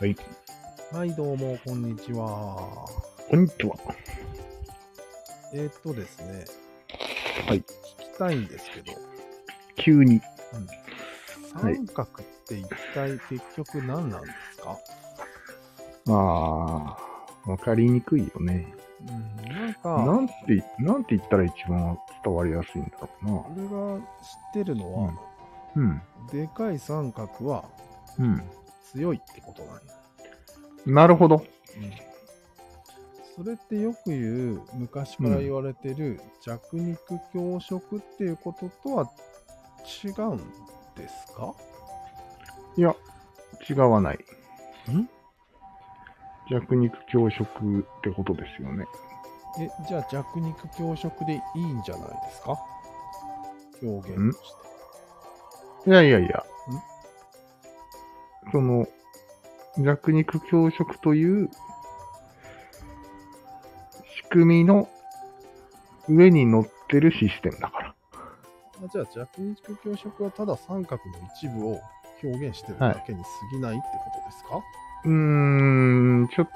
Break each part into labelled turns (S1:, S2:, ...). S1: はい。
S2: はい、どうも、こんにちは。
S1: こんにちは。
S2: えー、っとですね。
S1: はい
S2: 聞きたいんですけど、
S1: 急に。はい
S2: 三角って一体結局何なんですか、
S1: まあ、わかりにくいよね。
S2: うん、なん
S1: な
S2: か、
S1: んて、なんて言ったら一番伝わりやすいんだろうな。
S2: 俺が知ってるのは、
S1: うん。
S2: でかい三角は
S1: う
S2: 強いってことなんだ。
S1: ん。なるほど。
S2: うんそれってよく言う、昔から言われてる弱肉強食っていうこととは違うんですか
S1: いや、違わない。
S2: ん
S1: 弱肉強食ってことですよね。
S2: え、じゃあ弱肉強食でいいんじゃないですか表現として。
S1: いやいやいや。その、弱肉強食という仕組みの上に乗ってるシステムだから。
S2: あじゃあ弱肉強食はただ三角の一部を表現してるだけに過ぎないってことですか、
S1: うーん、ちょっ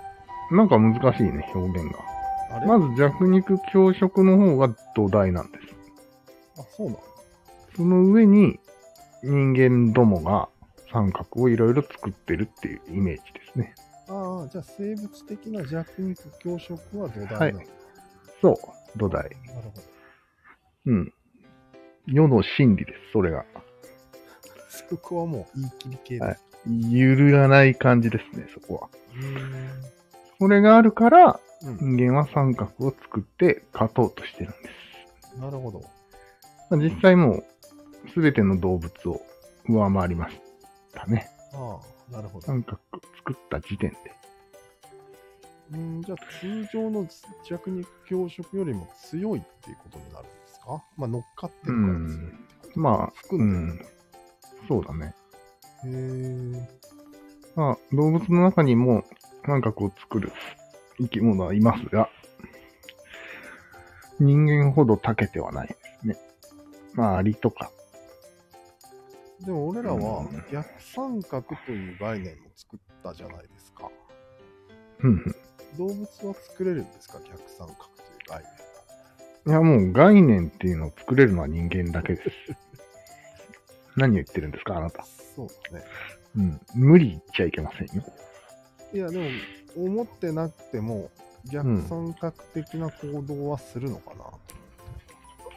S1: と、なんか難しいね、表現が。
S2: あれ、
S1: まず弱肉強食の方が土台なんです。
S2: あ、そうなの
S1: その上に人間どもが三角をいろいろ作ってるっていうイメージですね。
S2: ああ、じゃあ生物的な弱肉強食は土台なの、
S1: はい
S2: なる
S1: そう、土台。
S2: ほど。
S1: うん。世の真理です、それが。
S2: そこはもう言い切り系です。
S1: はい揺るがない感じですね、そこは。
S2: うーん
S1: それがあるから、
S2: うん、
S1: 人間は三角を作って勝とうとしてるんです。
S2: なるほど。
S1: まあ実際もう、すべての動物を上回りましたね。
S2: ああ、なるほど。
S1: 三角作った時点で。
S2: うん、じゃあ通常の弱肉強食よりも強いっていうことになるんですかまあ乗っかってるから強いってこと、
S1: まあ、
S2: 含
S1: うん
S2: で
S1: ん。そうだね。
S2: るんだ。へ
S1: まあ、動物の中にも三角を作る生き物はいますが、人間ほど長けてはないですね。まあ、アリとか。
S2: え。でも俺らは
S1: うん
S2: 逆三角という概念も作ったじゃないですか。
S1: うん
S2: 動物は作れるんですか逆三角という概
S1: うん。いや、もう概念っていうのを作れるのは人間だけです。 何を言ってるんですか、あな
S2: 念
S1: た。。
S2: そうだね。
S1: うん。無理言っちゃいけませんよ。
S2: いやでも思ってなくても逆三角的な行動はするのか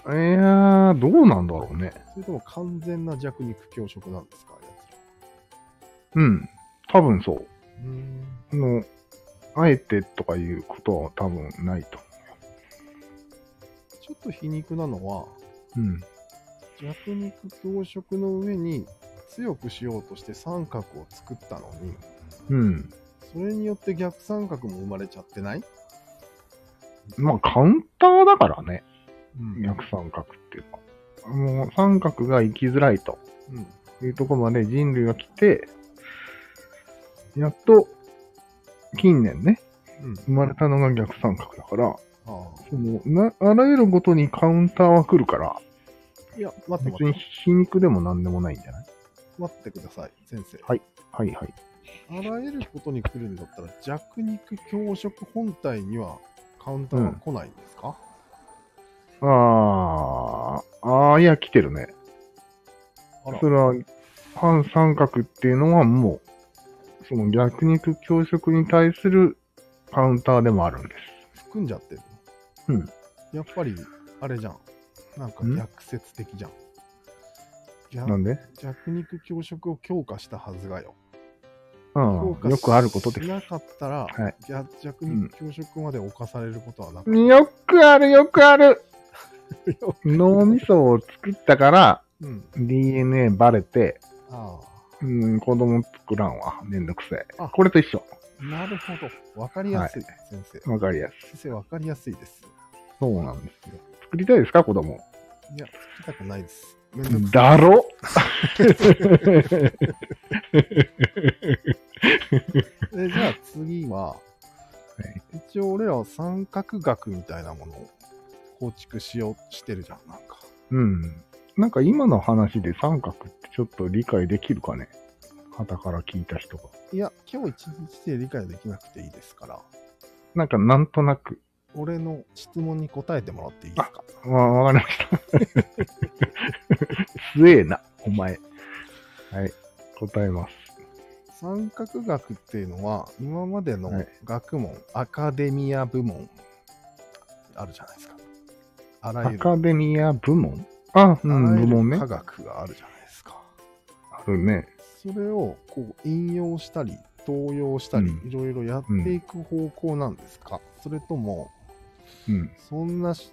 S2: な、
S1: いやー、どうなんだろうね。
S2: それとも完全な弱肉強食なんですかや
S1: うん。多分そう。
S2: つら。うん
S1: の、あえてとかいうことは多分ないと。
S2: ちょっと皮肉なのは
S1: うん。
S2: 弱肉強食の上に強くしようとして三角を作ったのに
S1: うん。
S2: それによって逆三角も生まれちゃってない、
S1: まあ、カウンターだからね。
S2: うん
S1: 逆三角っていうか。もう、三角が生きづらいと
S2: うん、
S1: いうところまで人類が来て、やっと、近年ね、
S2: うん、
S1: 生まれたのが逆三角だから、
S2: あ
S1: その、な、あらゆることにカウンターは来るから、
S2: あいや待って
S1: 別
S2: 待っ
S1: に
S2: て
S1: 皮肉でも何でもないんじゃない
S2: 待ってください先生
S1: はいはい。
S2: あらゆることに来るんだったら弱肉強食本体にはカウンターは来ないんですか、
S1: あー、あー、いや、来てるね。
S2: あら
S1: それは、反三角っていうのはもう、その逆肉強食に対するカウンターでもあるんです。
S2: 含んじゃってる
S1: う
S2: の
S1: ん
S2: やっぱりあれじゃんなんか
S1: ん
S2: 逆説的じゃん逆
S1: なんで
S2: 弱肉強食を強化したはずがよ強
S1: う
S2: 化
S1: ん。よくあることで
S2: し
S1: す。
S2: なかったら、
S1: はい
S2: 逆弱肉強食まで侵されることはなく、
S1: よくある、よくある
S2: よ
S1: 脳みそを作ったから
S2: うん
S1: DNA バレて、
S2: あ
S1: うん、子供作らんわ。めんどくせえ。
S2: あ
S1: これと一緒。
S2: あなるほどわかりやすい、先生
S1: わかりやすい。
S2: 先生わかりやすいです
S1: そうなんですよ。作りたいですか、子供。
S2: いや聞きたくないですめんどくさい
S1: だろ
S2: えじゃあ次は、一応俺らは三角学みたいなものを構築しようしてるじゃんなんか
S1: うん。なんか今の話で三角ってちょっと理解できるかね旗から聞いた人が。
S2: いや、今日一日で理解できなくていいですから、
S1: なんかなんとなく。
S2: 俺の質問に答えてもらっていいですか
S1: わ、わかりました。 すえな、お前。はい、答えます。
S2: 三角学っていうのは、今までの
S1: はい
S2: 学問、アカデミア部門、あるじゃないですか。あら
S1: ア
S2: ゆる、
S1: カデミア部門あ、う
S2: あ
S1: ん、
S2: らゆ
S1: 部
S2: る
S1: 門ね
S2: 科。学があるじゃないですか。
S1: あるね。
S2: それをこう引用したり、盗用したり、
S1: うん
S2: いろいろやっていく方向なんですか、それとも、
S1: うん。
S2: そんなし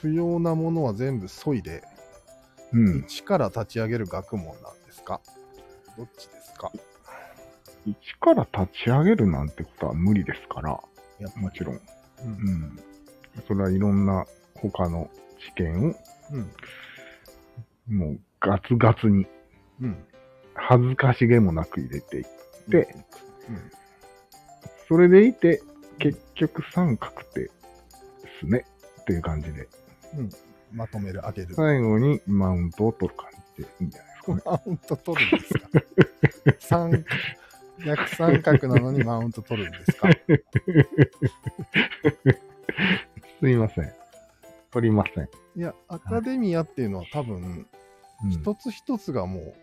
S2: 不要なものは全部削いで、
S1: うん。
S2: 一から立ち上げる学問なんですかどっちですか
S1: 一から立ち上げるなんてことは無理ですから、
S2: やっぱり
S1: もちろん。
S2: う
S1: うんん。それはいろんな他の知見を、
S2: うん
S1: もうガツガツに、
S2: うん
S1: 恥ずかしげもなく入れていく。で
S2: うん
S1: それでいて、結局三角って、すね。っていう感じで。
S2: まとめる、上げる。
S1: 最後にマウントを取る感じでいいんじゃないですかね。
S2: マウント取るん ですか三逆三角なのにマウント取るんですか
S1: すいません。取りません。
S2: いや、アカデミアっていうのは多分、
S1: うん
S2: 一つ一つがもう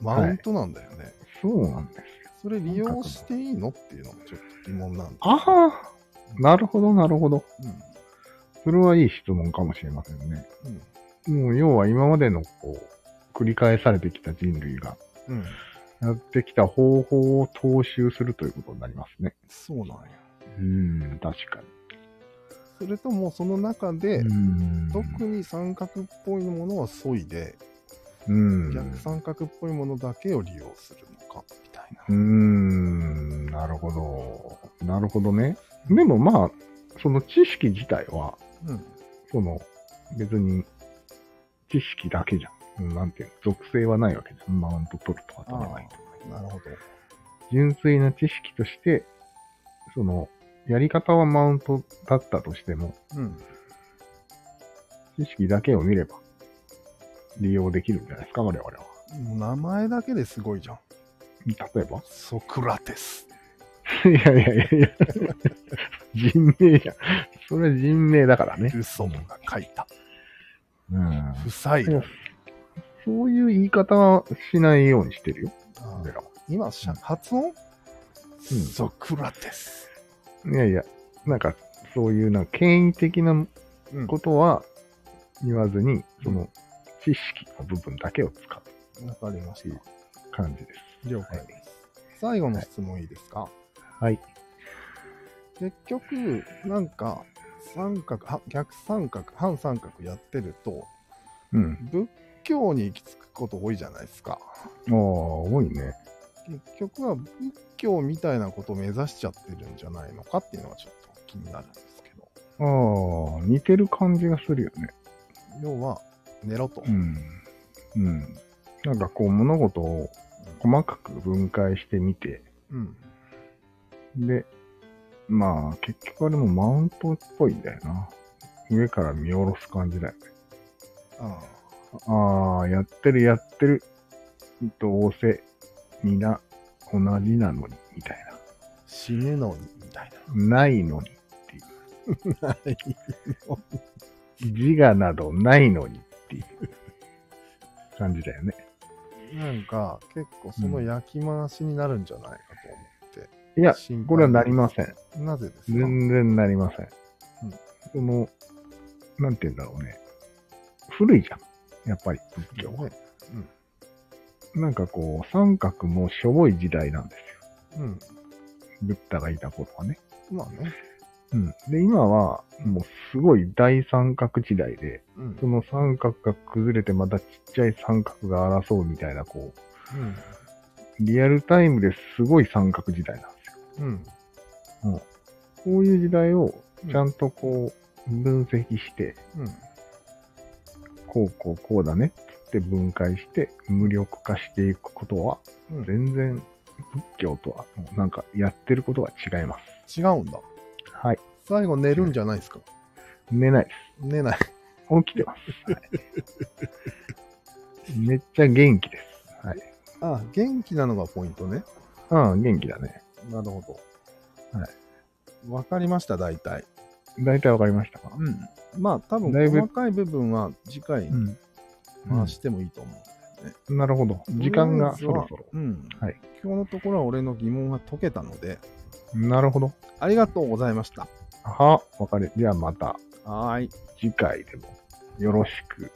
S2: マウントなんだよね。
S1: そうなんです。
S2: それ利用していいのっていうのもちょっと疑問なんだ。
S1: ああなるほど、なるほど。
S2: う
S1: それはいい質問かもしれませんね。
S2: ん。
S1: もう要は今までのこう、繰り返されてきた人類が
S2: うん。うん。
S1: やってきた方法を踏襲するということになりますね。
S2: そうなんや。
S1: うん、確か
S2: それともその中
S1: に。
S2: で、
S1: うん。
S2: 特に三角っぽいものは削いで、
S1: うん。
S2: 逆三角っぽいものだけを利用するのか、みたいう
S1: ーん、なるほど。なるほどね。でもまあ、その知識自体は、
S2: な。うん。
S1: その別に知識だけじゃん。うんなんていうの、属性はないわけじゃん。マウント取るとか取らないとか。
S2: なるほど。
S1: 純粋な知識として、その、やり方はマウントだったとしても、
S2: うん。
S1: 知識だけを見れば、利用できるんじゃないですか、我々は。
S2: もう名前だけですごいじゃん。
S1: 例えば
S2: ソクラテス。
S1: いやいやいやいや。 人名じゃん。それは人名だからね。
S2: ルソンが書いた。
S1: うん
S2: 不採
S1: いやそういう言い方はしないようにしてるよ、
S2: あ
S1: 俺
S2: ー
S1: らは。
S2: 今、しゃ発音、ソクラテス。
S1: いやいや、なんか、そういうなんか権威的な
S2: うん
S1: ことは言わずに、その知識の部分だけを使う
S2: わかりまし
S1: 感じです。
S2: た。了解です。最後の質問いいですか、
S1: はい。
S2: 結局、なんか、三角、は逆三角、反三角やってると、
S1: うん。
S2: 仏教に行き着くこと多いじゃないですか。
S1: ああ、多いね。
S2: 結局は仏教みたいなことを目指しちゃってるんじゃないのかっていうのはちょっと気になるんですけど、
S1: ああ、似てる感じがするよね。
S2: 要は、寝ろと。
S1: うん。うん。なんかこう物事を細かく分解してみて、
S2: うん。
S1: で、まあ、結局あれもマウントっぽいんだよな。上から見下ろす感じだよね。
S2: ああ。
S1: ああ、やってるやってる。どうせ、皆、同じなのに、みたい
S2: 死ぬのに、みたい
S1: な。ないのに。
S2: な。 はい。
S1: 自我などないのにっていう感じだよね。
S2: なんか、結構その焼き回しになるんじゃないかと思って。
S1: いや、
S2: 心配
S1: これはなりません。
S2: なぜですか、
S1: 全然なりません。その、なんて言うんだろうね。古いじゃん。やっぱり仏教は。
S2: ね
S1: なんかこう、三角もしょぼい時代なんですよ。
S2: うん。
S1: ブッダがいた頃はね。
S2: まあね。
S1: うん。で、今は、もうすごい大三角時代で、
S2: うん。
S1: その三角が崩れてまたちっちゃい三角が争うみたいな、こう、
S2: うん。
S1: リアルタイムですごい三角時代なんですよ。
S2: うん。
S1: こういう時代を
S2: うん
S1: ちゃんとこう、分析して、
S2: うん。
S1: こうこうこうだねっつって分解して、無力化していくことは、
S2: うん
S1: 全然仏教とは、もうなんかやってることは違います。
S2: 違うんだ。
S1: はい。
S2: 最後寝るんじゃないですか、
S1: 寝ないです。
S2: 寝ない。
S1: 起きてます。はいめっちゃ元気です。はい。
S2: あ、元気なのがポイントね。
S1: うん、元気だね。
S2: なるほど。。
S1: はい
S2: わかりました、大体。
S1: 大体わかりましたか
S2: うん。まあ、多分、
S1: だいぶ
S2: 細かい部分は次回
S1: うん。
S2: 回してもいいと思う。
S1: なるほど。時間がそろそろ。
S2: うん。
S1: はい
S2: 今日のところは俺の疑問が解けたので、
S1: なるほど。
S2: ありがとうございました。
S1: は、わかる。じゃあまた
S2: はーい。
S1: 次回でもよろしく。